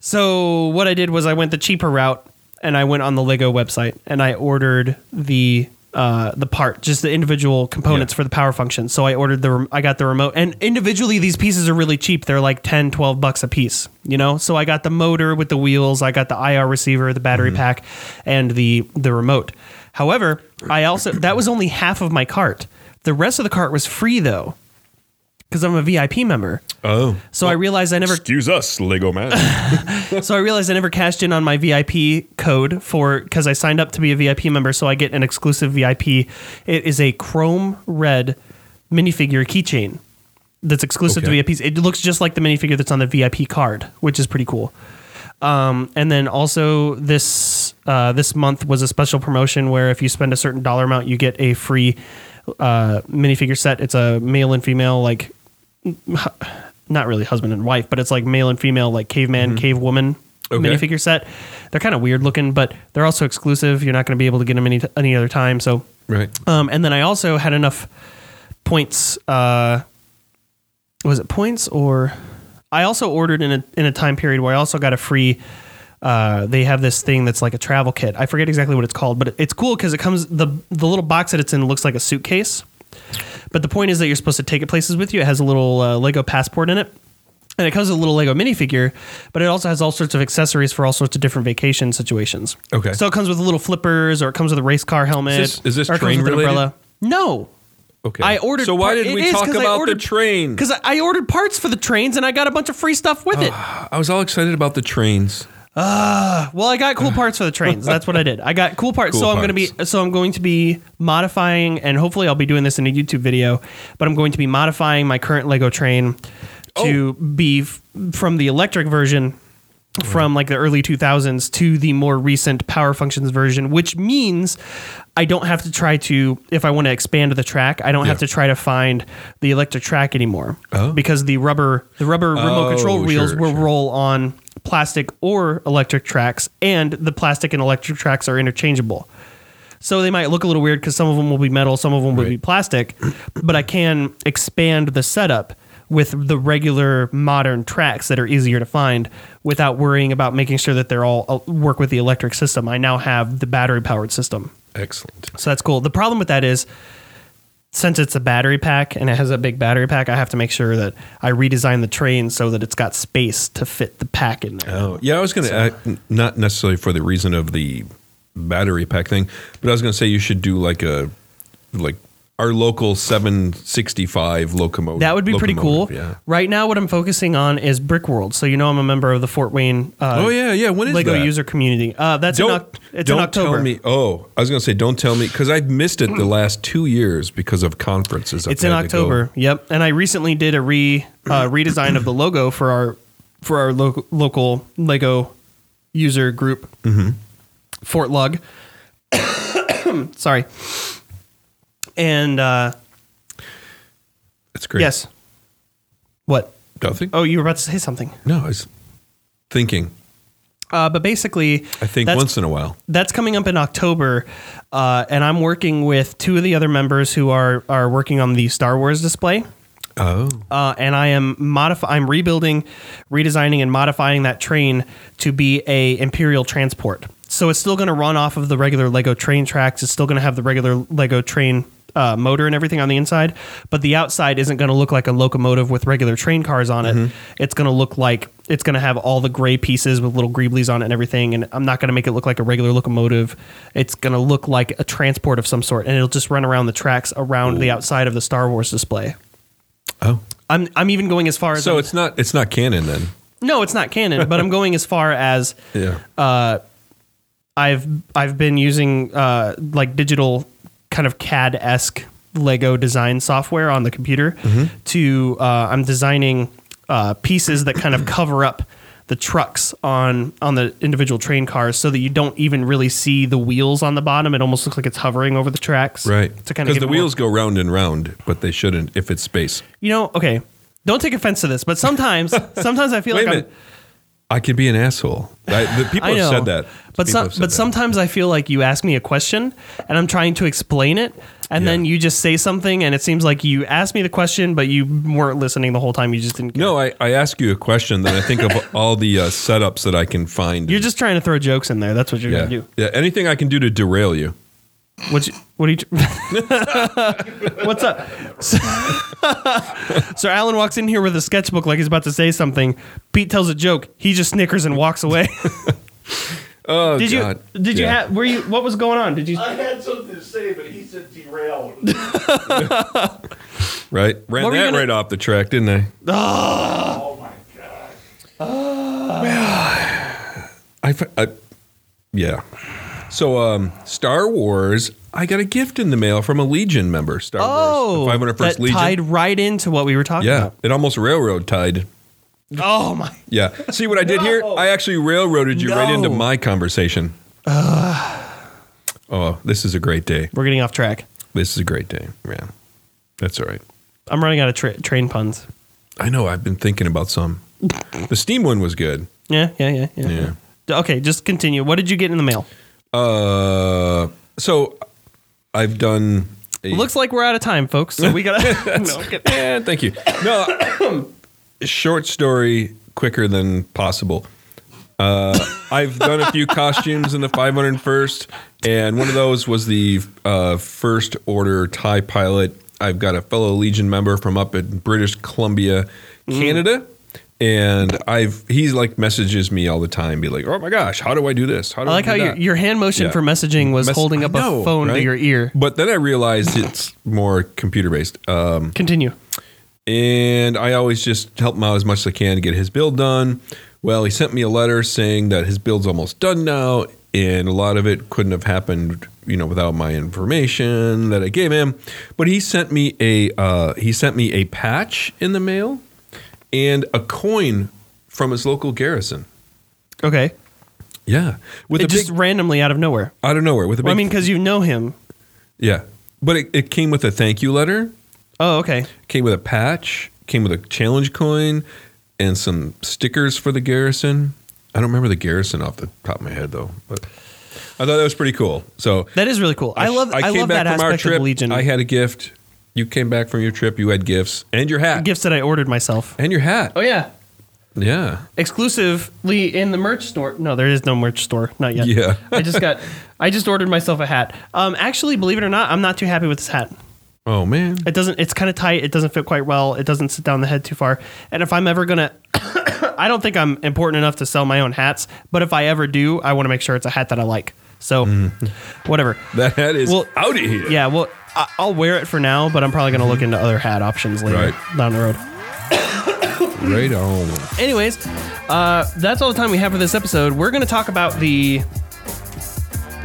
[SPEAKER 1] So what I did was I went the cheaper route and I went on the Lego website and I ordered the uh, the part, just the individual components
[SPEAKER 2] Yeah.
[SPEAKER 1] for the power function. So I ordered the rem- I got the remote and individually these pieces are really cheap. They're like 10, 12 bucks a piece, you know? So I got the motor with the wheels, I got the IR receiver, the battery
[SPEAKER 2] Mm-hmm.
[SPEAKER 1] pack and the the remote. However, I also that was only half of my cart. The rest of the cart was free though because I'm a VIP member.
[SPEAKER 2] Oh,
[SPEAKER 1] So I realized I never
[SPEAKER 2] excuse us, Lego man.
[SPEAKER 1] so I realized I never cashed in on my VIP code for because I signed up to be a VIP member, so I get an exclusive VIP. It is a chrome red minifigure keychain that's exclusive
[SPEAKER 2] Okay.
[SPEAKER 1] to VIPs. It looks just like the minifigure that's on the VIP card, which is pretty cool. Um, and then also this uh, this month was a special promotion where if you spend a certain dollar amount, you get a free uh, minifigure set. It's a male and female like not really husband and wife, but it's like male and female, like caveman, cavewoman
[SPEAKER 2] Mm-hmm. Okay.
[SPEAKER 1] minifigure set. They're kind of weird looking, but they're also exclusive. You're not going to be able to get them any any other time. So,
[SPEAKER 2] right.
[SPEAKER 1] um, and then I also had enough points. Uh, was it points or? I also ordered in a in a time period where I also got a free. Uh, they have this thing that's like a travel kit. I forget exactly what it's called, but it's cool because it comes the the little box that it's in looks like a suitcase. But the point is that you're supposed to take it places with you. It has a little uh, Lego passport in it. And it comes with a little Lego minifigure, but it also has all sorts of accessories for all sorts of different vacation situations.
[SPEAKER 2] Okay.
[SPEAKER 1] So it comes with little flippers, or it comes with a race car helmet.
[SPEAKER 2] Is this- is this
[SPEAKER 1] or it comes
[SPEAKER 2] train
[SPEAKER 1] with an
[SPEAKER 2] related?
[SPEAKER 1] umbrella. No.
[SPEAKER 2] Okay.
[SPEAKER 1] I ordered.
[SPEAKER 2] So why
[SPEAKER 1] par-
[SPEAKER 2] did
[SPEAKER 1] it
[SPEAKER 2] we
[SPEAKER 1] is
[SPEAKER 2] talk
[SPEAKER 1] 'cause I
[SPEAKER 2] about
[SPEAKER 1] ordered-
[SPEAKER 2] the train?
[SPEAKER 1] Because I- I ordered parts for the trains and I got a bunch of free stuff
[SPEAKER 2] Oh.
[SPEAKER 1] with it.
[SPEAKER 2] I was all excited about the trains.
[SPEAKER 1] Well, I got cool parts for the trains. That's what I did. I got cool parts.
[SPEAKER 2] Cool
[SPEAKER 1] so I'm going to be so I'm going to be modifying and hopefully I'll be doing this in a YouTube video, but I'm going to be modifying my current Lego train to
[SPEAKER 2] Oh.
[SPEAKER 1] be f- from the electric version from like the early 2000s to the more recent power functions version, which means I don't have to try to if I want to expand the track, I don't have
[SPEAKER 2] Yeah.
[SPEAKER 1] to try to find the electric track anymore
[SPEAKER 2] Oh.
[SPEAKER 1] because the rubber the rubber remote control
[SPEAKER 2] Oh,
[SPEAKER 1] wheels
[SPEAKER 2] sure,
[SPEAKER 1] will
[SPEAKER 2] sure.
[SPEAKER 1] roll on plastic or electric tracks, and the plastic and electric tracks are interchangeable. So they might look a little weird because some of them will be metal, some of them will be
[SPEAKER 2] Right.
[SPEAKER 1] plastic, but I can expand the setup with the regular modern tracks that are easier to find without worrying about making sure that they're all uh, work with the electric system. I now have the battery powered system.
[SPEAKER 2] Excellent.
[SPEAKER 1] So that's cool. The problem with that is since it's a battery pack and it has a big battery pack, I have to make sure that I redesign the train so that it's got space to fit the pack in there.
[SPEAKER 2] Oh, yeah, I was going to, uh, not necessarily for the reason of the battery pack thing, but I was going to say you should do like a, like our local 765 locomotive.
[SPEAKER 1] That would be pretty cool.
[SPEAKER 2] locomotive, Yeah.
[SPEAKER 1] Right now, what I'm focusing on is Brick World. So you know I'm a member of the Fort Wayne. Uh,
[SPEAKER 2] Oh, yeah, yeah. When is
[SPEAKER 1] Lego
[SPEAKER 2] that?
[SPEAKER 1] user community? Uh, that's in
[SPEAKER 2] Don't
[SPEAKER 1] Oc- it's
[SPEAKER 2] don't
[SPEAKER 1] in October.
[SPEAKER 2] tell me. Oh, I was gonna say don't tell me because I've missed it the last two years because of conferences. I've
[SPEAKER 1] It's in
[SPEAKER 2] had to go.
[SPEAKER 1] October. Yep. And I recently did a re uh, redesign of the logo for our for our lo- local Lego user group,
[SPEAKER 2] Mm-hmm.
[SPEAKER 1] Fort Lug. Sorry. And uh,
[SPEAKER 2] It's great.
[SPEAKER 1] yes. What?
[SPEAKER 2] Nothing.
[SPEAKER 1] Oh, you were about to say something.
[SPEAKER 2] No, I was thinking.
[SPEAKER 1] Uh, but basically,
[SPEAKER 2] I think
[SPEAKER 1] that's-
[SPEAKER 2] once in a while.
[SPEAKER 1] that's coming up in October, uh, and I'm working with two of the other members who are are working on the Star Wars display.
[SPEAKER 2] Oh,
[SPEAKER 1] Uh, and I am modif- I'm rebuilding, redesigning, and modifying that train to be a Imperial transport. So it's still going to run off of the regular Lego train tracks. It's still going to have the regular Lego train uh, motor and everything on the inside, but the outside isn't going to look like a locomotive with regular train cars on it. It's going to look like it's going to have all the gray pieces with little greeblies on it and everything. And I'm not going to make it look like a regular locomotive. It's going to look like a transport of some sort, and it'll just run around the tracks around the outside of the Star Wars display.
[SPEAKER 2] oh.
[SPEAKER 1] I'm I'm even going as far as
[SPEAKER 2] So
[SPEAKER 1] I'm-
[SPEAKER 2] it's not it's not canon then.
[SPEAKER 1] no, it's not canon, but I'm going as far as
[SPEAKER 2] Yeah.
[SPEAKER 1] I've I've been using uh, like digital kind of CAD esque Lego design software on the computer
[SPEAKER 2] Mm-hmm.
[SPEAKER 1] to uh, I'm designing uh, pieces that kind of cover up the trucks on on the individual train cars so that you don't even really see the wheels on the bottom. It almost looks like it's hovering over the tracks,
[SPEAKER 2] right.
[SPEAKER 1] To kind of
[SPEAKER 2] Because the wheels go round and round, but they shouldn't if it's space.
[SPEAKER 1] you know, okay. Don't take offense to this, but sometimes sometimes I feel
[SPEAKER 2] Wait
[SPEAKER 1] like
[SPEAKER 2] a
[SPEAKER 1] I'm,
[SPEAKER 2] minute. I could be an asshole. I, the people
[SPEAKER 1] I know.
[SPEAKER 2] have said that.
[SPEAKER 1] But
[SPEAKER 2] People
[SPEAKER 1] some,
[SPEAKER 2] have
[SPEAKER 1] but
[SPEAKER 2] said that.
[SPEAKER 1] sometimes I feel like you ask me a question and I'm trying to explain it, and then
[SPEAKER 2] Yeah.
[SPEAKER 1] you just say something, and it seems like you asked me the question, but you weren't listening the whole time. You just didn't. care.
[SPEAKER 2] No, I, I ask you a question, then I think of all the uh, setups that I can find.
[SPEAKER 1] you're just trying to throw jokes in there. That's what you're
[SPEAKER 2] yeah,
[SPEAKER 1] gonna do.
[SPEAKER 2] yeah. Anything I can do to derail you.
[SPEAKER 1] What? You, what are you? What's up? So, so Alan walks in here with a sketchbook, like he's about to say something. Pete tells a joke. He just snickers and walks away.
[SPEAKER 2] Oh
[SPEAKER 1] did
[SPEAKER 2] God.
[SPEAKER 1] you? Did you
[SPEAKER 2] Yeah.
[SPEAKER 1] have? Were you? What was going on? Did you?
[SPEAKER 3] I had something to say, but he said derailed.
[SPEAKER 2] right? Ran
[SPEAKER 1] What were you
[SPEAKER 2] that
[SPEAKER 1] gonna-
[SPEAKER 2] right off the track, didn't I?
[SPEAKER 3] oh my god.
[SPEAKER 2] I, f- I- yeah. So, um, Star Wars. I got a gift in the mail from a Legion member. Star
[SPEAKER 1] Oh,
[SPEAKER 2] Wars, the 501st
[SPEAKER 1] that
[SPEAKER 2] Legion.
[SPEAKER 1] tied right into what we were talking
[SPEAKER 2] yeah,
[SPEAKER 1] about.
[SPEAKER 2] it almost railroad tied.
[SPEAKER 1] Oh my!
[SPEAKER 2] Yeah. See what I did here? I actually railroaded you right
[SPEAKER 1] No.
[SPEAKER 2] into my conversation. oh, this is a great day.
[SPEAKER 1] We're getting off track.
[SPEAKER 2] This is a great day. Yeah. That's all right.
[SPEAKER 1] I'm running out of tra- train puns.
[SPEAKER 2] I know. I've been thinking about some. The steam one was good.
[SPEAKER 1] Yeah, yeah, yeah, yeah.
[SPEAKER 2] Yeah.
[SPEAKER 1] D- Okay, just continue. What did you get in the mail?
[SPEAKER 2] Uh, so I've done. A,
[SPEAKER 1] Looks like we're out of time, folks. So we gotta. No, I'm kidding.
[SPEAKER 2] Eh, thank you. No, short story, quicker than possible. Uh, I've done a few costumes in the 501st, and one of those was the uh, first order tie pilot. I've got a fellow Legion member from up in British Columbia, Canada, and I've he's like messages me all the time, be like, "Oh my gosh, how do I do this? How
[SPEAKER 1] I
[SPEAKER 2] do I,
[SPEAKER 1] like
[SPEAKER 2] do
[SPEAKER 1] how your,
[SPEAKER 2] that?"
[SPEAKER 1] your hand motion
[SPEAKER 2] Yeah.
[SPEAKER 1] for messaging was
[SPEAKER 2] Mess-
[SPEAKER 1] holding
[SPEAKER 2] I
[SPEAKER 1] up
[SPEAKER 2] know,
[SPEAKER 1] a phone to
[SPEAKER 2] right?
[SPEAKER 1] your ear.
[SPEAKER 2] But then I realized it's more computer based. Um,
[SPEAKER 1] Continue.
[SPEAKER 2] and I always just help him out as much as I can to get his build done. Well, he sent me a letter saying that his build's almost done now, and a lot of it couldn't have happened, you know, without my information that I gave him. But he sent me a uh, he sent me a patch in the mail and a coin from his local garrison.
[SPEAKER 1] Okay.
[SPEAKER 2] Yeah, with
[SPEAKER 1] It
[SPEAKER 2] a
[SPEAKER 1] just
[SPEAKER 2] big
[SPEAKER 1] randomly out of nowhere.
[SPEAKER 2] out of nowhere with a big
[SPEAKER 1] Well, I mean, because you know him.
[SPEAKER 2] yeah, but it, it came with a thank you letter.
[SPEAKER 1] Oh, okay.
[SPEAKER 2] came with a patch, came with a challenge coin, and some stickers for the garrison. I don't remember the garrison off the top of my head though, but I thought that was pretty cool. So
[SPEAKER 1] That is really cool. I love. I, love that aspect
[SPEAKER 2] trip.
[SPEAKER 1] of Legion.
[SPEAKER 2] I had a gift. You came back from your trip. You had gifts and your hat.
[SPEAKER 1] gifts that I ordered myself.
[SPEAKER 2] and your hat.
[SPEAKER 1] Oh yeah.
[SPEAKER 2] Yeah,
[SPEAKER 1] exclusively in the merch store. No, there is no merch store, not yet.
[SPEAKER 2] Yeah.
[SPEAKER 1] I just got, I just ordered myself a hat. Um, actually, believe it or not, I'm not too happy with this hat.
[SPEAKER 2] Oh man.
[SPEAKER 1] It doesn't, it's kind of tight. It doesn't fit quite well. It doesn't sit down the head too far. And if I'm ever gonna, I don't think I'm important enough to sell my own hats. But if I ever do, I want to make sure it's a hat that I like. So,
[SPEAKER 2] Mm-hmm.
[SPEAKER 1] whatever.
[SPEAKER 2] That hat is
[SPEAKER 1] Well-
[SPEAKER 2] out of here.
[SPEAKER 1] Yeah, well, I- I'll wear it for now, but I'm probably going to look into other hat options later
[SPEAKER 2] Right.
[SPEAKER 1] down the road.
[SPEAKER 2] Right on.
[SPEAKER 1] Anyways, uh, that's all the time we have for this episode. We're going to talk about the.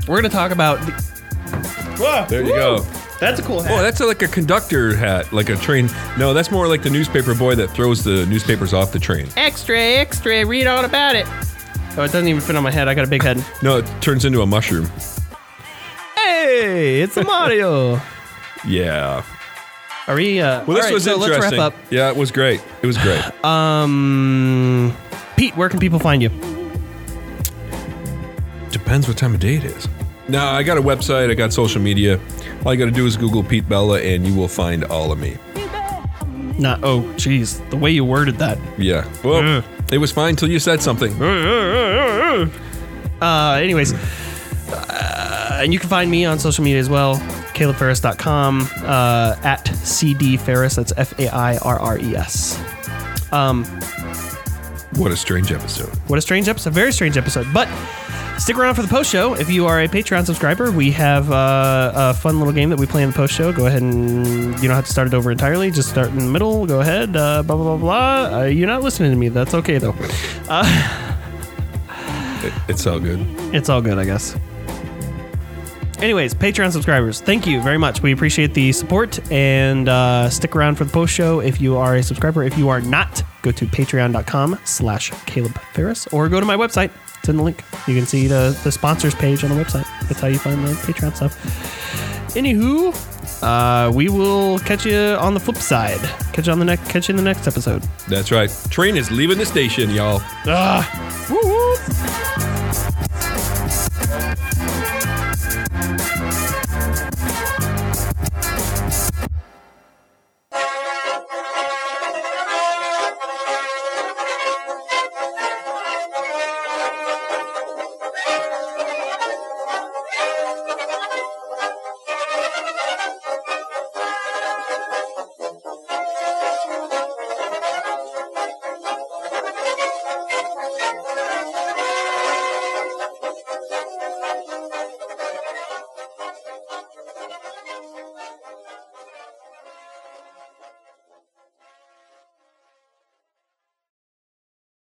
[SPEAKER 1] We're going to talk about. The,
[SPEAKER 2] There you go.
[SPEAKER 1] that's a cool
[SPEAKER 2] Oh,
[SPEAKER 1] hat.
[SPEAKER 2] that's like a conductor hat, like a train. No, that's more like the newspaper boy that throws the newspapers off the train.
[SPEAKER 1] Extra, extra, read all about it. Oh, it doesn't even fit on my head. I got a big head.
[SPEAKER 2] No, it turns into a mushroom.
[SPEAKER 1] Hey, it's a Mario.
[SPEAKER 2] Yeah.
[SPEAKER 1] Are we? Uh,
[SPEAKER 2] Well,
[SPEAKER 1] all
[SPEAKER 2] this
[SPEAKER 1] right,
[SPEAKER 2] was
[SPEAKER 1] so let's
[SPEAKER 2] interesting.
[SPEAKER 1] wrap up.
[SPEAKER 2] Yeah, it was great. It was great.
[SPEAKER 1] Um, Pete, where can people find you?
[SPEAKER 2] Depends what time of day it is. Now, I got a website, I got social media. All you got to do is Google Pete Bella and you will find all of me.
[SPEAKER 1] Not. Oh, jeez, the way you worded that.
[SPEAKER 2] Yeah. Well,
[SPEAKER 1] Yeah.
[SPEAKER 2] it was fine till you said something.
[SPEAKER 1] Uh, anyways, uh, and you can find me on social media as well, CalebFerris.com, uh, at CD Ferris. That's F A I R R E S.
[SPEAKER 2] What a strange episode.
[SPEAKER 1] What a strange episode. Very strange episode. But stick around for the post show. If you are a Patreon subscriber, we have uh, a fun little game that we play in the post show. Go ahead and you don't have to start it over entirely. Just start in the middle. Go ahead. Uh, blah, blah, blah, blah. Uh, you're not listening to me. That's okay, though.
[SPEAKER 2] It- it's all good.
[SPEAKER 1] It's all good, I guess. Anyways, Patreon subscribers, thank you very much. We appreciate the support and uh, stick around for the post show if you are a subscriber. If you are not, go to patreon.com slash Caleb Ferris or go to my website. It's in the link. You can see the, the sponsors page on the website. That's how you find the Patreon stuff. Anywho, uh, we will catch you on the flip side. Catch you on the next catch you in the next episode.
[SPEAKER 2] That's right. Train is leaving the station, y'all.
[SPEAKER 1] Woo woo!